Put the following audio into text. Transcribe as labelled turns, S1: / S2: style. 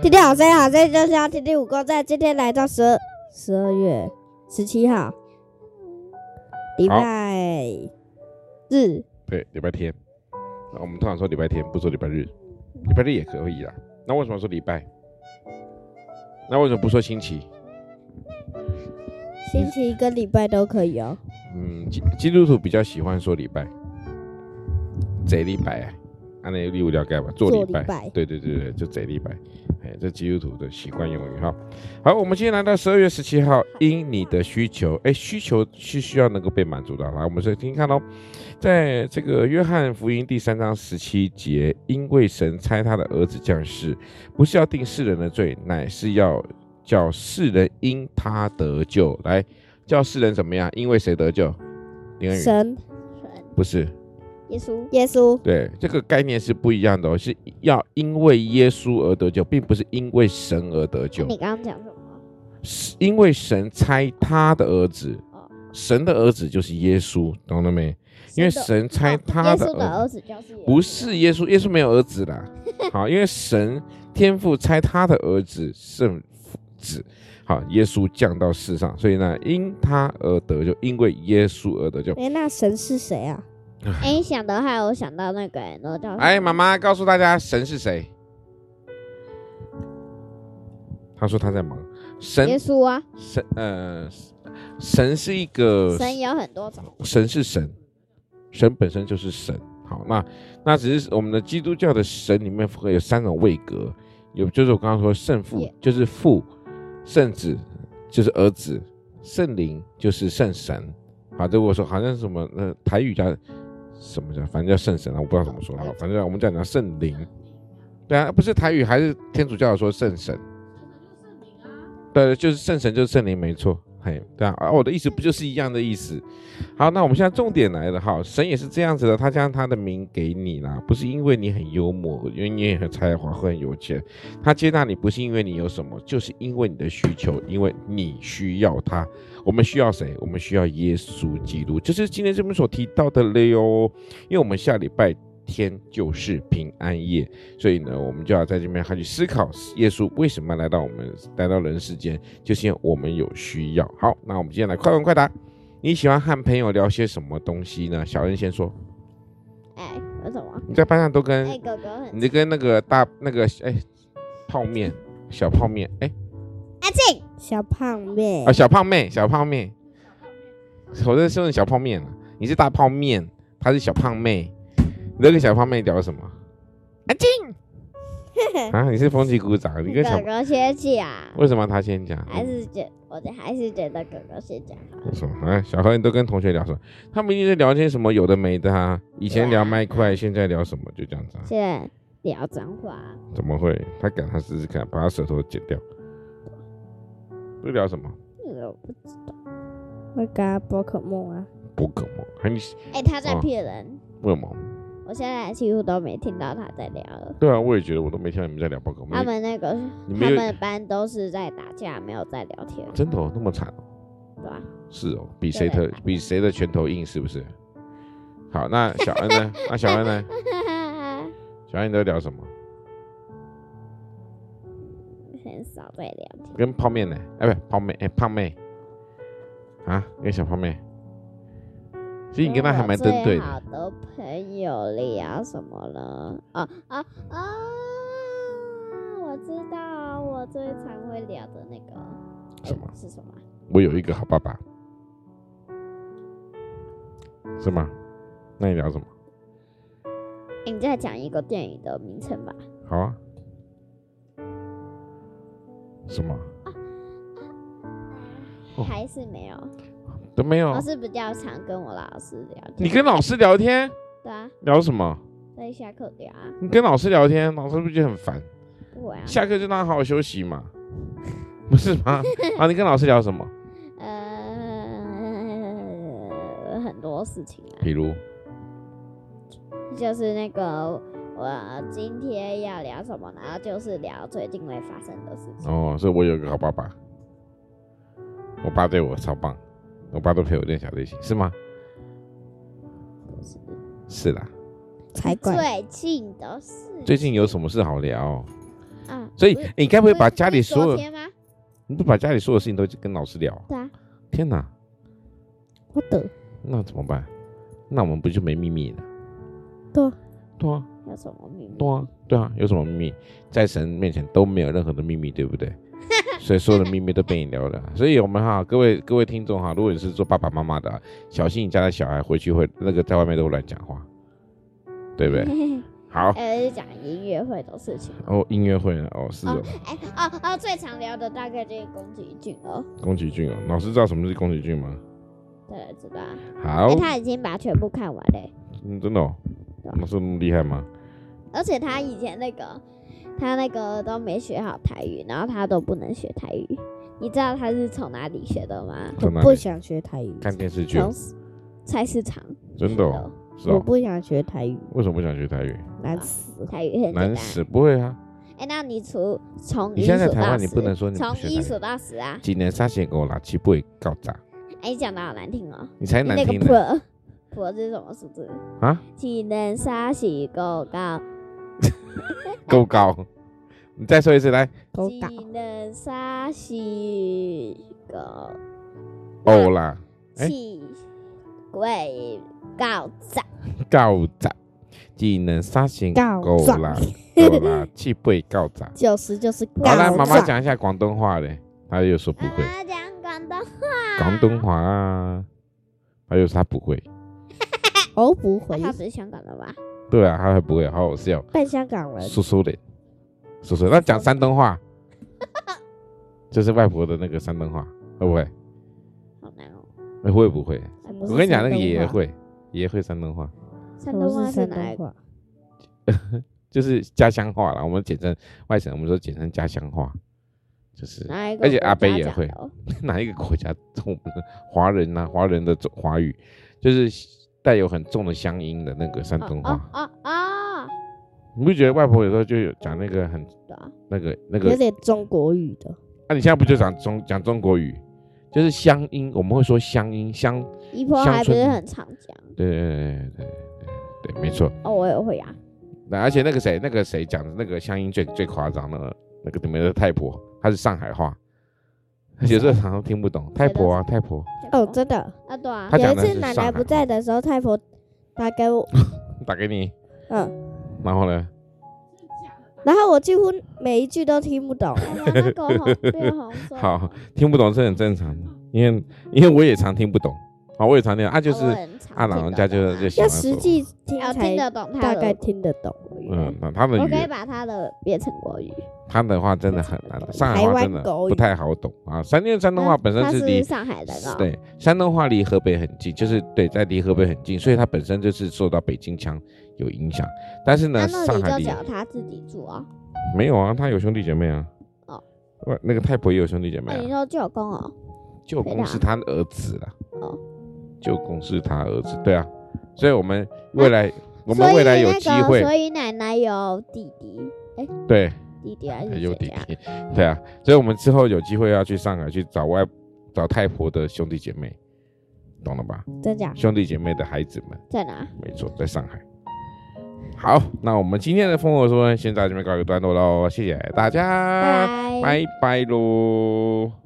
S1: 天天好声音，好声音就是要天天武功在今天来到十二十二月十七号，礼
S2: 好
S1: 拜日。
S2: 对，礼拜天。那我们通常说礼拜天，不说礼拜日，礼拜日也可以啦。那为什么说礼拜？那为什么不说星期？
S1: 星期一跟礼拜都可以哦。
S2: 嗯，基基督徒比较喜欢说礼拜，这礼拜啊，按那礼物了解吧，做
S1: 做
S2: 礼
S1: 礼
S2: 拜，
S1: 拜
S2: 对对对对，就这礼拜，哎，这基督徒的习惯用语哈。好，我们今天来到十二月十七号，因你的需求，哎，需求是需要能够被满足的。来，我们先听听看哦，在这个约翰福音第三章十七节，因为神差他的儿子降世，不是要定世人的罪，乃是要叫世人因他得救。来，叫世人怎么样？因为谁得救？林恩宇
S1: 神、
S2: 不是，
S1: 耶稣、耶稣、
S2: 对，这个概念是不一样的哦，是要因为耶稣而得救，并不是因为神而得救，
S1: 你刚刚讲什么？
S2: 是因为神差他的儿子
S1: 哦，
S2: 神的儿子就是耶稣，懂了没？因为
S1: 神
S2: 神差
S1: 哦
S2: 他的
S1: 耶稣的
S2: 儿
S1: 儿
S2: 子，
S1: 子就是耶稣
S2: 不是耶稣，耶稣没有儿 子啦。好，因为神天父差他的儿子圣父子，好，耶稣降到世上，所以呢，因他而得救，因为耶稣而得救。
S1: 哎，那神是谁啊？
S3: 哎，你想的害我想到那个人，我叫什么
S2: 哎，妈，妈告诉大家神是谁？他说他在忙。
S3: 耶
S2: 神
S3: 稣啊，
S2: 神呃，神是一个
S3: 神有很多种，
S2: 神是神，神本身就是神。好，那那只是我们的基督教的神里面会有三种位格，有就是我刚刚说圣父
S3: Yeah
S2: 就是父，圣子就是儿子，圣灵就是圣神。好，这我说好像是什么呃台语叫什么叫，反正叫圣神啊，我不知道怎么说好，反正我们讲讲圣灵。对啊，不是台语还是天主教的说圣神。对，就是圣神就是圣灵，没错。嘿，对啊，啊，我的意思不就是一样的意思？好，那我们现在重点来了哈，神也是这样子的，他将他的名给你啦，不是因为你很幽默，因为你也很才华，会很有钱，他接纳你不是因为你有什么，就是因为你的需求，因为你需要他。我们需要谁？我们需要耶稣基督，就是今天这边所提到的嘞哦。因为我们下礼拜天就是平安夜，所以呢，我们就要在这边还去思考耶稣为什么来到我们呃来到人世间，就是因为我们有需要。好，那我们今天来快问快答，你喜欢和朋友聊些什么东西呢？小恩先说，
S3: 哎，有什么？
S2: 你在班上都跟
S3: 哎，狗狗很
S2: 你就跟那个大那个哎泡面小泡面哎
S3: 安
S2: 嗯
S3: 静，
S1: 小胖妹
S2: 啊，小胖妹小胖妹，我在说你小泡面了，你是大泡面，她是小胖妹，你在跟小胖妹聊什么？安静啊！你是风纪鼓掌，你跟小
S3: 狗狗先讲，
S2: 为什么她先讲？
S3: 还是觉我的还是觉得狗狗先讲好了。
S2: 什么？哎，小何，你都跟同学聊什么？他们一定是聊些什么有的没的啊。以前聊麦块，现在聊什么？就这样子、啊。
S3: 现在聊脏话，
S2: 怎么会？他敢他试试看，把他舌头剪掉。都聊什么？
S3: 嗯
S1: 那个啊宝可梦啊，
S2: 宝可梦？还你
S3: 哎，他在
S2: 哦
S3: 骗人，
S2: 为什么？
S3: 我现在几乎都没听到他在聊了。
S2: 对啊，我也觉得我都没听到你们在聊宝可
S3: 他
S2: 梦。
S3: 们那个
S2: 你
S3: 他
S2: 们有
S3: 们班都是在打架，没有在聊天，
S2: 真的哦，那么惨哦、
S3: 对吧？
S2: 是哦，比谁
S3: 对啊
S2: 的比谁的拳头硬是不是？好，那小 恩呢？那小恩呢？小恩你都聊什么？
S3: 很少在聊天。
S2: 跟泡面呢？哎，不，泡妹，哎，胖妹，啊，跟小胖妹，其实你跟她还蛮针对
S3: 啊我最好
S2: 的。
S3: 的朋友聊什么呢？啊啊啊！我知道，我最常会聊的那个哎
S2: 什么
S3: 是什么啊？
S2: 我有一个好爸爸，是吗？那你聊什么？
S3: 哎你再讲一个电影的名称吧。
S2: 好啊。什么哦
S3: 还是没有，
S2: 都没有
S3: 我？是比较常跟我老师聊天。
S2: 你跟老师聊天
S3: 对啊，
S2: 聊什么？
S3: 在下课聊啊，
S2: 你跟老师聊天，老师不觉得很烦？
S3: 不会啊。
S2: 下课就让他好好休息嘛， 不是吗？啊，你跟老师聊什么？
S3: 呃，很多事情啊，
S2: 比如，
S3: 就是那个我今天要聊什么，然后就是聊最近会发生的事情。
S2: 哦，所以我有一个好爸爸，我爸对我超棒，我爸都陪我练小提琴，是吗？是啦，
S1: 才怪！
S3: 最近的事
S2: 最近有什么事好聊？
S3: 啊，
S2: 所以
S3: 不是
S2: 你该不会
S3: 是
S2: 把家里
S3: 是
S2: 所
S3: 昨
S2: 有，
S3: 天吗？
S2: 你不把家里所有事情都跟老师聊？
S3: 对啊，
S2: 天哪，
S1: 我的
S2: 那怎么办？那我们不就没秘密了？
S1: 对啊
S2: 对啊，
S3: 有什么秘密？
S2: 对啊，对啊，有什么秘密？在神面前都没有任何的秘密，对不对？所以所有的秘密都被你聊了。所以我们哈，各位各位听众哈，如果你是做爸爸妈妈的啊，小心你家的小孩回去会那个在外面都会乱讲话，对不对？
S3: 嗯
S2: 好
S3: 呃，是讲音乐会的事情。
S2: 哦，音乐会了哦，是哦，
S3: 哎，哦哦，最常聊的大概就是宫崎骏哦，
S2: 宫崎骏哦，老师知道什么是宫崎骏吗？
S3: 大家知道啊。
S2: 好
S3: 哎，，他已经把全部看完欸嘞，
S2: 嗯，真的、哦，老师那么厉害吗？
S3: 而且他以前那个，他那个都没学好台语，然后他都不能学台语。你知道他是从哪里学的吗？
S1: 我
S2: 从哪
S1: 不
S2: 里？
S1: 想学台语，
S2: 看电视剧哦
S3: 从，菜市场
S2: 真的、哦，是
S1: 我
S2: 哦。
S1: 不想学台语，
S2: 为什么不想学台语？
S1: 难死。
S3: 台语很简
S2: 难
S3: 单。
S2: 死，不会啊。
S3: 哎，那你除从
S2: 你
S3: 一
S2: 现在
S3: 数
S2: 在台湾
S3: 到
S2: 你
S3: 十
S2: 不能说你不
S3: 从
S2: 学
S3: 一
S2: 台语
S3: 数到十啊！
S2: 今年三线给我拿七不会搞砸，
S3: 哎，你讲的好难听哦。
S2: 你才
S3: 你
S2: 哎
S3: 那
S2: 难
S3: 个
S2: 听呢
S3: pro pro 是什么数字？
S2: 啊！
S3: 技能杀喜够高，
S2: 够高，你再说一次来，
S1: 勾
S3: 技
S1: 打
S3: 能杀喜够
S2: 哦啦，哎
S3: 气鬼告长，
S2: 搞砸，技能三线
S1: 搞
S2: 够
S1: 砸
S2: 啦，够 啦，七不会搞砸。
S1: 九十就是高
S2: 好啦，
S1: 涨
S2: 妈妈讲一下广东话嘞，她又说不
S3: 妈
S1: 啊
S2: 会
S3: 妈啊讲广东
S2: 广东话啊，她又说她不会，
S1: 哦不会，
S3: 他不是香港的吗？
S2: 对啊，她还不会，好好笑，
S1: 半香港人，
S2: 叔叔的，叔叔，那讲山东 话，就是外婆的那个山东话，会不会？
S3: 好难哦。
S2: 哎会不会？
S1: 什么
S2: 我
S1: 是
S2: 跟你讲，那个
S1: 山东
S2: 爷爷
S1: 话，
S2: 会，爷爷会山东话，
S3: 山
S1: 什么
S3: 东话
S1: 是山
S3: 哪
S1: 东
S3: 一个？
S1: 话？
S2: 就是家乡话啦。我们简称外省，我们说简称家乡话，就是
S3: 哪一个
S2: 而且
S3: 国
S2: 阿
S3: 家
S2: 伯也
S3: 讲
S2: 会
S3: 的哦
S2: 哪一个国家我们的华人呐、华人的中华语，就是带有很重的乡音的那个山东话。
S3: 哦哦哦，
S2: 你不觉得外婆有时候就有讲那个很
S3: 对啊，
S2: 那个那个啊
S1: 有？点中国语的，
S2: 那、你现在不就讲中讲中国语？就是乡音，我们会说乡音乡，
S3: 姨婆
S2: 乡
S3: 还不是
S2: 村
S3: 很常讲
S2: 对对对对对对，没错。
S3: 哦，我也会啊。
S2: 那而且那个谁，那个谁讲的那个乡音最最夸张的，那个你们的太婆，她是上海话，有时候常常听不懂太婆啊太婆，
S1: 哦真的。
S3: 啊对啊，
S2: 他，
S1: 有
S2: 讲
S1: 一
S2: 的是
S1: 次奶
S2: 上
S1: 奶
S2: 海
S1: 不在的时候，太婆打给我，
S2: 打给你，
S1: 嗯，
S2: 然后呢，
S1: 然后我几乎每一句都听不懂
S3: 哎呀，那狗红变红说
S2: 好听不懂是很正常的，因为因为我也常听不懂，啊我也常听，啊就是啊老人家就就喜
S1: 要
S2: 欢说
S1: 实，际听
S3: 要哦
S1: 才
S3: 听得懂他
S1: 大
S3: 的
S1: 概听得懂。
S3: 国语
S2: 嗯，那他的
S3: 我
S2: 语
S3: 可以
S2: 言
S3: 把他的变成国语。
S2: 他的话真的很难，上海话真的
S1: 台湾狗语
S2: 不太好懂啊，山因为山东话本身
S3: 他
S2: 离
S3: 是上海人哦，
S2: 对，山东话离河北很近，就是对，在离河北很近，所以它本身就是受到北京腔有影响。但是
S3: 他
S2: 呢，
S3: 那
S2: 上
S3: 里
S2: 海
S3: 就
S2: 离
S3: 只有他自己住哦。
S2: 没有啊，他有兄弟姐妹啊。
S3: 哦
S2: 不，那个太婆也有兄弟姐妹
S3: 那哎你
S2: 啊。
S3: 说舅公哦，
S2: 舅
S3: 陪
S2: 公
S3: 他
S2: 是他的儿子啦。
S3: 哦。
S2: 舅公是他儿子，对啊。所以我们未来，我们
S3: 所以
S2: 未来有
S3: 那
S2: 机
S3: 个
S2: 会，
S3: 所以奶奶有弟弟，
S2: 对，
S3: 弟弟还是
S2: 还有弟
S3: 姐姐啊
S2: 弟， 对啊。所以我们之后有机会要去上海去找外找太婆的兄弟姐妹，懂了吧？
S1: 真假？
S2: 兄弟姐妹的孩子们。
S3: 在哪？
S2: 没错，在上海。好，那我们今天的烽火说先在这边告一个段落喽，谢谢大
S3: 拜
S2: 家，
S3: 拜。
S2: 拜拜喽。